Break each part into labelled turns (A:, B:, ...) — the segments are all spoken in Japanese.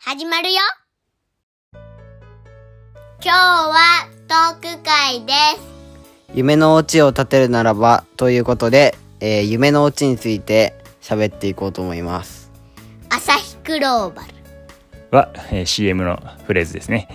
A: 始まるよ今日はトーク会です
B: 夢のオチを立てるならばということで、えー夢のオチについて喋っていこうと思います
A: 朝日クローバル
C: は、えー CM のフレーズですね。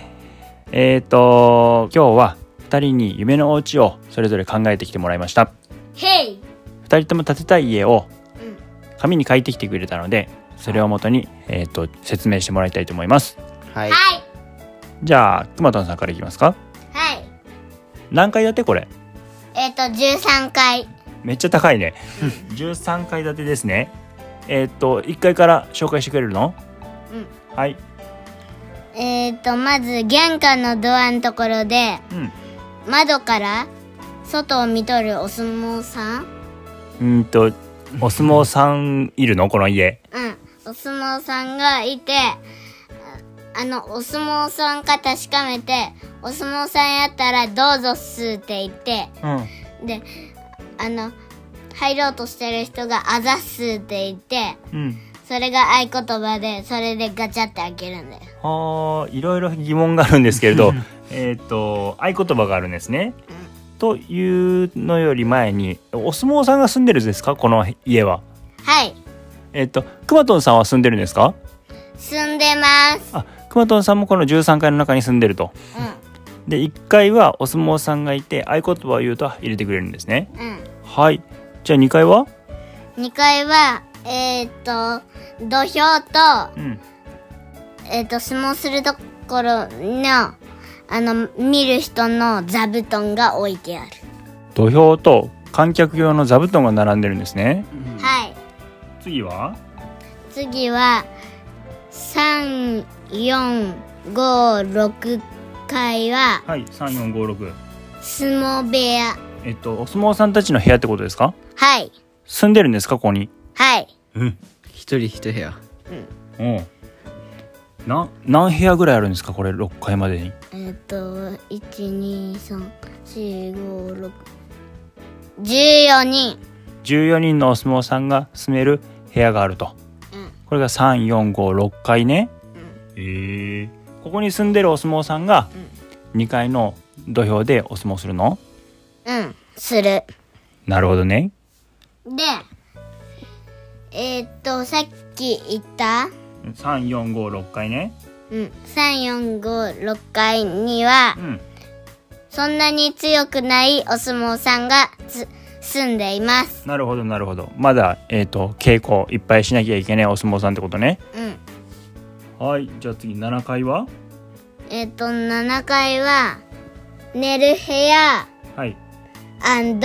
C: えっ、と今日は2人に夢のお家をそれぞれ考えてきてもらいました。
A: ヘイ
C: 2人とも建てたい家を
A: うん
C: 紙に書いてきてくれたのでそれをもとに、えー、と説明してもらいたいと思います。
B: はい
A: はい
C: じゃあくまとんさんからいきますか。
A: はい
C: 何階建てこれ
A: えっ、と13回
C: めっちゃ高いね。13階建てですね。えっ、と1階から紹介してくれるの
A: う
C: はい。
A: えっ、とまず玄関のドアのところで
C: うん
A: 窓から外を見とるお相撲さん
C: うーんとお相撲さんいるのこの家。
A: うん、お相撲さんがいて、ああの、お相撲さんか確かめて、お相撲さんやったらどうぞっすって言って、
C: うん
A: で、あの、入ろうとしてる人があざっすって言って、
C: うん
A: それが合言葉で、それでガチャって開けるんだよ。
C: はあいろいろ疑問があるんですけれどえっと合言葉があるんですね。というのより前にお相撲さんが住んでるんですかこの家は。
A: はい、
C: えっ、とくまとんさんは住んでるんですか
A: 住んでます。
C: あくまとんさんもこの13階の中に住んでると。
A: う
C: で1階はお相撲さんがいて合言葉を言うと入れてくれるんですね。
A: ん、
C: はいじゃあ2階は
A: うん。2階は、えー、っと、土俵と、
C: うん
A: えっ、と、相撲するところの、あの、見る人の座布団が置いてある。
C: 土俵と観客用の座布団が並んでるんですね。
A: はい。
C: 次は
A: 次は、3、4、5、6階は、
C: はい3456。
A: 相撲部屋。
C: えっとお相撲さんたちの部屋ってことですか
A: はい。
C: 住んでるんですかここに。
A: はい。
B: 一人一部屋
C: うん。な何部屋ぐらいあるんですかこれ6階までに。
A: えっ、と、1、2、3、4、5、6、14人。
C: 14人のお相撲さんが住める部屋があると。
A: うん
C: これが3456階ね。ええここに住んでるお相撲さんが2階の土俵でお相撲するの
A: うん。する。
C: なるほどね。
A: で、えっ、と、さっき言った、
C: 3456階ね。
A: うん、3456回には
C: うん。
A: そんなに強くないお相撲さんがつ住んでいます
C: なるほどなるほど。まだ、えっと稽古いっぱいしなきゃいけないお相撲さんってことね。
A: うん
C: はい。じゃあ次7階は
A: えっ、と7階は寝る部屋
C: はい。うん。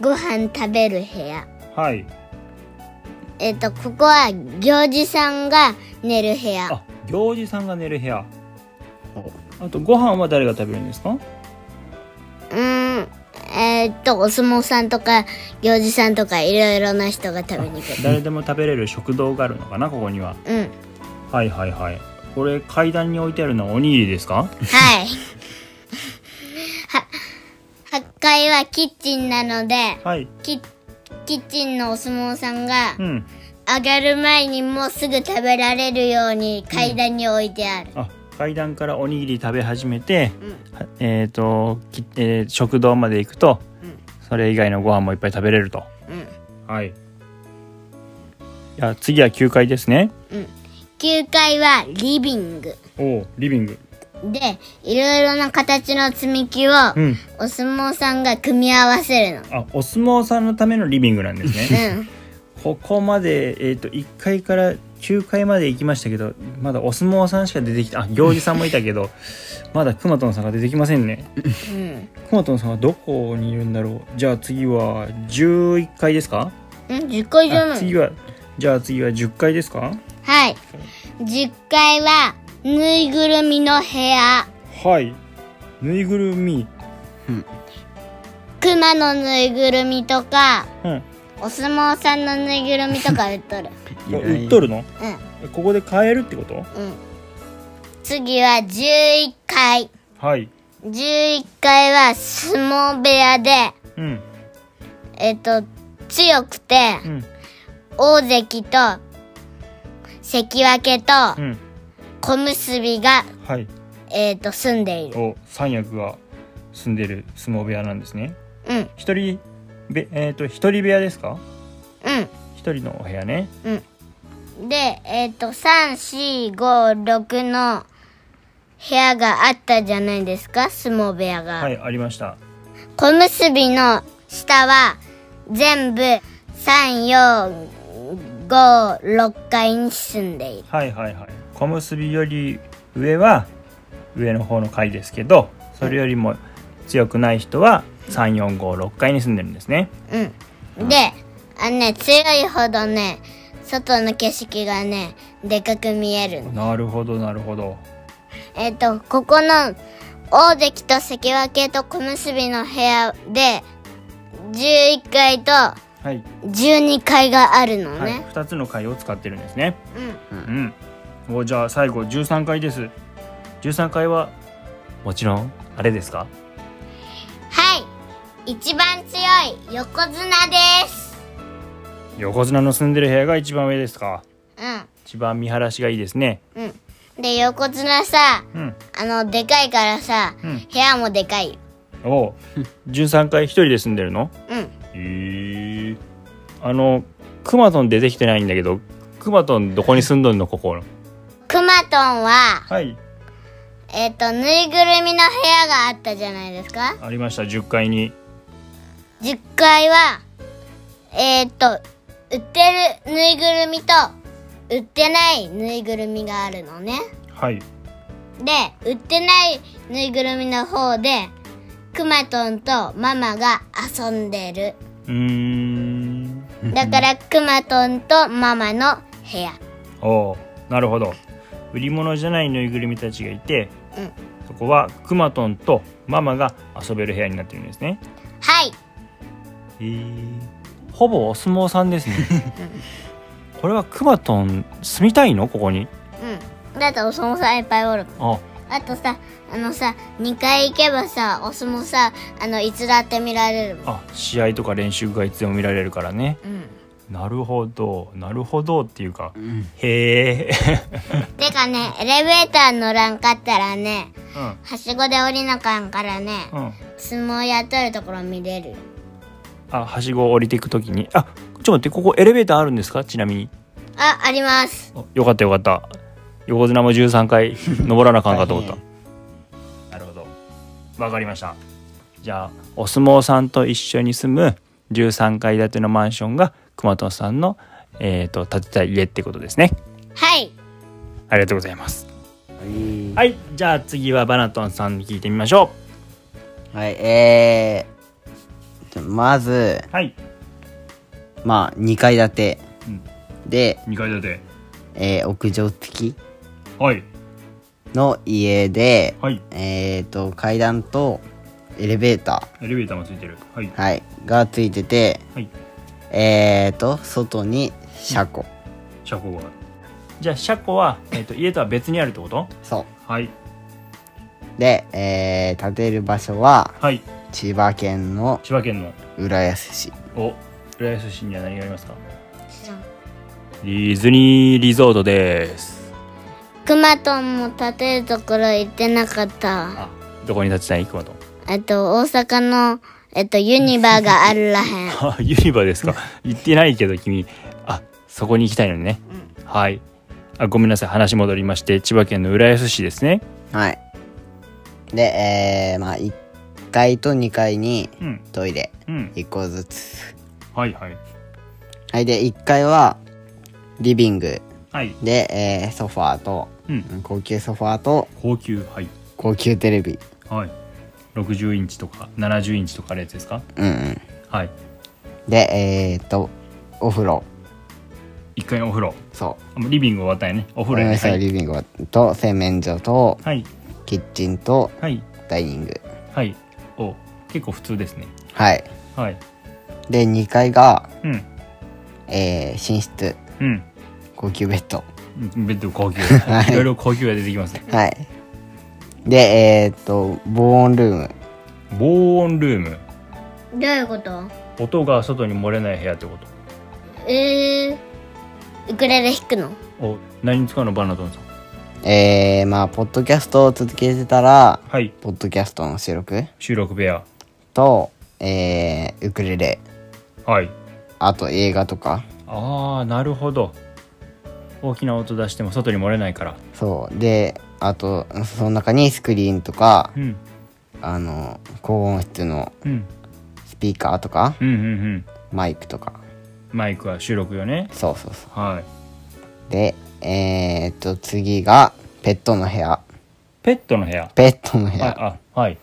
A: ご飯食べる部屋
C: はい。
A: えっ、とここは行司さんが寝る部屋
C: あ、行司さんが寝る部屋。あとご飯は誰が食べるんですか？
A: うんえっ、とお相撲さんとか行司さんとかいろいろな人が食べに来る
C: 誰でも食べれる食堂があるのかなここには。
A: うん
C: はいはいはい。これ階段に置いてあるのはおにぎりですか？
A: はい。 は、8階はキッチンなので、
C: はい。
A: キッ、キッチンのお相撲さんが
C: う、ん。
A: 上がる前にもうすぐ食べられるように階段に置いてある。
C: あ、階段からおにぎり食べ始めて、
A: うん
C: はえっ、と、きえー食堂まで行くと、
A: ん
C: それ以外のご飯もいっぱい食べれると。
A: うん。
C: はい。いや次は9階ですね。
A: 9階はリビング。
C: おお、リビング。
A: で、いろいろな形の積み木を、
C: うん。
A: お相撲さんが組み合わせるの。
C: あ、お相撲さんのためのリビングなんですね。
A: うん。
C: ここまで、えー、と1階から9階まで行きましたけどまだお相撲さんしか出てきたあ行司さんもいたけど まだくまとんさんが出てきませんね
A: うん。
C: くまとんさんはどこにいるんだろうじゃあ次は11階ですか
A: うん、10階じゃ
C: あ
A: ない
C: 次はじゃあ次は10階ですか
A: はい。10階は、ぬいぐるみの部屋。
C: はいぬいぐるみ
A: 熊のぬいぐるみとか、
C: うん
A: お相撲さんのぬいぐるみとか売っと る
C: 売っと
B: る
C: るの
A: う
C: ここで買えるってこと
A: んうん次は11階
C: はい
A: 11階は相撲部屋で
C: うん
A: えっと強くて
C: うん
A: 大関と関脇と
C: うん
A: 小結びが、
C: はい
A: えー、と住んでいる
C: を三役が住んでる相撲部屋なんですね
A: うんうん
C: 一人べえっ、と一人部屋ですか一人のお部屋ね
A: でえっ、と3456の部屋があったじゃないですか相撲部屋が、
C: はいありました
A: 小結びの下は全部3456階に住んでいる
C: はいはいはい小結びより上は上の方の階ですけどそれよりも強くない人は3456階に住んでるんですね
A: うんであのね強いほどね外の景色がねでかく見えるの
C: なるほどなるほど
A: えっ、とここの大関と関脇と小結びの部屋で11階と
C: はい、
A: 12階があるの
C: はい、
A: ね、
C: 2つの階を使ってるんですね
A: うん
C: うんおじゃあ最後13階です13階はもちろんあれですか
A: はい一番強い横綱です
C: 横綱の住んでる部屋が一番上ですか
A: うん
C: 一番見晴らしがいいですね
A: うん。で、横綱さ、
C: うん
A: あの、でかいからさ、
C: うん
A: 部屋もでかいよ。
C: おう13階一人で住んでるの
A: うん。
C: ええあのクマトン出てきてないんだけどクマトンどこに住んどんのここの
A: くまとんは、
C: はい
A: えっ、と、ぬいぐるみの部屋があったじゃないですか。
C: ありました10階に
A: 10階は、えっ、と、売ってるぬいぐるみと、売ってないぬいぐるみがあるのね。
C: はい
A: で、売ってないぬいぐるみの方で、くまとんとママが遊んでる。
C: うーん
A: だから、くまとんとママの部屋。
C: おうなるほど売り物じゃないぬいぐるみたちがいて、
A: うん
C: そこはクマトンとママが遊べる部屋になってるんですね
A: はい。
C: えー、ほぼお相撲さんです ねこれはクマトン住みたいのここに
A: うん。だってお相撲さんいっぱいおるもん。
C: あ
A: あとさ、あのさ、2回行けばさ、お相撲さ、あの、いつだって見られるもん。
C: あ試合とか練習がいつでも見られるからね
A: うん。
C: なるほどなるほどっていうか
B: うん
C: へえ、
A: てかね、エレベーター乗らんかったらね、
C: うん
A: はしごで降りなかんからね、
C: うん、
A: 相撲やっとるところ見れるよ。
C: あはしごを降りていくときにあちょっと待ってここエレベーターあるんですかちなみに
A: あ、あります。
C: あよかったよかった横綱も13回登らなあかんかと思った
B: 大
C: なるほどわかりましたじゃあお相撲さんと一緒に住む13階建てのマンションが熊本さんの、えー、と建てたい家ってことですね
A: はい。
C: ありがとうございます
B: はい
C: はいじゃあ次はバナトンさんに聞いてみましょ
B: はい、えーじゃあまず
C: うはい
B: まあ2階建て、
C: うん
B: で、
C: 2階建て
B: えー屋上付き
C: はい
B: の家で、
C: はい
B: えー、と階段とエレベータ
C: エレベーターもついてるはい
B: ー、はい、がついてて
C: はい
B: えー、と外に車庫、
C: 車庫がじゃあ車庫は、えー、と家とは別にあるってこと
B: そ
C: はい
B: うで、えー、建てる場所は
C: はい
B: 千葉県の
C: 千葉県の
B: 浦安市
C: お浦安市には何がありますか
A: 知らん
C: ディズニーリゾートです
A: くまとんも建てるところ行ってなかったわ。
C: あどこに立ちたい熊と
A: えっと、大阪の、えっと、ユニバーがあるら へん。
C: あユニバです か行ってないけど君あそこに行きたいのね、はいあごめんなさい話戻りまして千葉県の浦安市ですね
B: はいで、えー、まあ1階と2階に
C: うん
B: トイレ
C: うん
B: 1個ずつ
C: はいはい
B: はいで1階はリビング
C: はい
B: で、えーソファーと
C: うん
B: 高級ソファーと
C: 高級はい
B: 高級テレビ
C: はい60インチとか70インチとかあるやつですか
B: うんうん
C: はい
B: でえー、とお風呂
C: 一回お風呂
B: そ
C: あもうリビング終わったよねお
B: う
C: 風呂やね
B: そうリビングと洗面所と
C: はい
B: キッチンと
C: はい
B: ダイニング
C: はいお結構普通ですね
B: はい
C: はい
B: で2階が、
C: うん
B: えー寝室
C: うん
B: 高級ベッド
C: うんベッド高級、
B: はい
C: い、ろいろ高級が出てきますね
B: はいでえー、と防音ルーム
C: 防音ルーム
A: どういうこと
C: 音が外に漏れない部屋ってこ
A: えー、ウクレレ弾くの
C: とお何に使うのバナトンさん
B: えー、まあ、ポッドキャストを続けてたら、
C: はい
B: ポッドキャストの収録
C: 収録部屋
B: と、えー、ウクレレ、
C: はい
B: あと映画とか、
C: ああなるほど大きな音出しても外に漏れないから
B: そう。で、あと、その中にスクリーンとか、
C: うん
B: あの、高音質の
C: うん
B: スピーカーとか、
C: うんうんうん
B: マイクとか。
C: マイクは収録よね
B: そうそうそ
C: はい。
B: う。で、えー、っと、次が、ペットの部屋。
C: ペットの部屋。
B: ペットの部屋。
C: あ、あはい。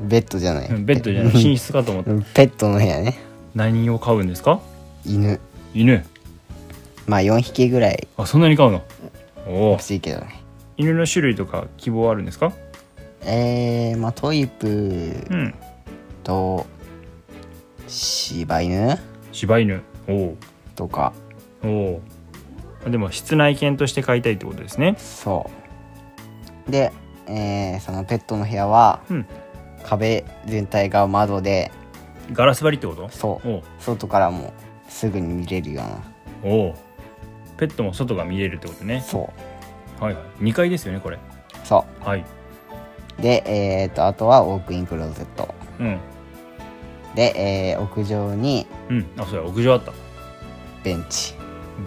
B: ベッドじゃない。
C: ベッドじゃない、寝室かと思った。
B: ペットの部屋ね。
C: 何を飼うんですか
B: 犬。
C: 犬。
B: まあ、4匹ぐらい
C: あ、そんなに飼うのおお
B: 欲。しいけどね。
C: 犬の種類とか希望あるんですか
B: えー、まあ、トイプ
C: うん。
B: と、柴犬
C: 柴犬。おお。
B: とか、
C: おお。でも、室内犬として飼いたいってことですね。
B: そう。で、えー、そのペットの部屋は、
C: うん。
B: 壁全体が窓で、
C: ガラス張りってこと
B: そう。
C: おう
B: 外からもすぐに見れるような。
C: おう。ペットも外が見れるってことね。
B: そ
C: はいはい。2階ですよね、これ。
B: う。そ
C: はい。
B: う。で、えー、と、あとはウォークインクローゼット。
C: うん。
B: で、えー、屋上に
C: うん。あ、そうや、屋上あった。
B: ベンチ。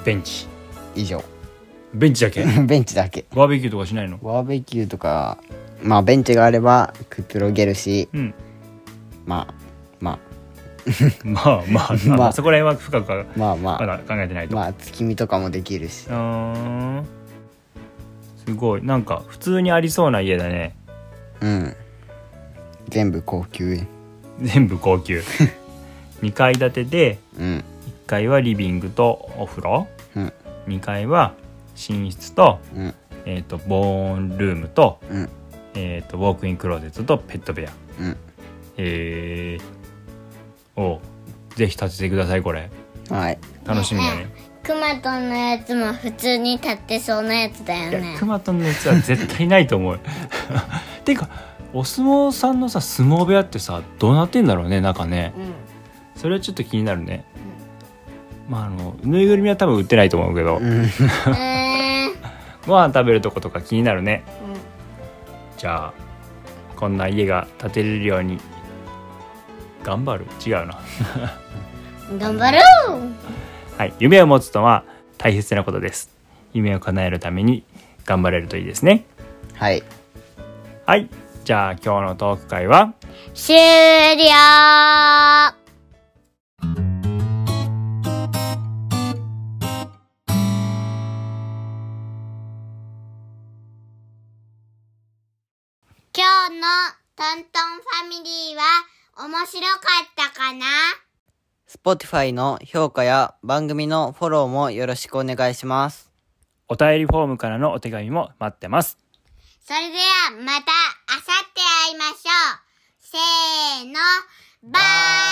C: ベンチ。
B: 以上。
C: ベンチだけ。
B: ベンチだけ。
C: バーベキューとかしないの
B: バーベキューとか、まあ、ベンチがあればくつろげるし、
C: うん。
B: まあ、ま
C: まあまあ、
B: ま
C: ま
B: あ
C: あ、そこら辺は深くは
B: あ、まあま
C: ま
B: あ、
C: だ考えてないと。
B: まあ、月見とかもできるし
C: う。ーんすごいなんか普通にありそうな家だね
B: うん。全部高級。
C: 全部 高級2階建てで
B: うん。
C: 1階はリビングとお風呂
B: うん。
C: 2階は寝室と,、
B: うん。
C: えー、とボーンルームと,、
B: うん。
C: えー、とウォークインクローゼットとペット部屋
B: うん。
C: えー、おうぜひ建ててくださいこれ
B: はい。
C: 楽しみだね
A: くまとんのやつも普通に立ってそうなやつだよ
C: いや
A: ね
C: クマとのやつは絶対ないと思う ていうかお相撲さんのさ相撲部屋ってさどうなってんだろうね中ね
A: うん
C: それはちょっと気になるね、まああのぬいぐるみは多分売ってないと思うけど、
B: うん。
A: えー
C: ご飯食べるとことか気になるね
A: うん
C: じゃあこんな家が建てれるように頑張る違うな
A: 頑張ろう
C: はい夢を持つとは大切なことです夢を叶えるために頑張れるといいですね
B: はい。
C: はいじゃあ今日のトーク会は
A: 終了今日のトントンファミリーは面白かったかな
B: Spotify の評価や番組のフォローもよろしくお願いします。
C: お便りフォームからのお手紙も待ってます
A: それではまた明後日会いましょう。せーの、バイバイ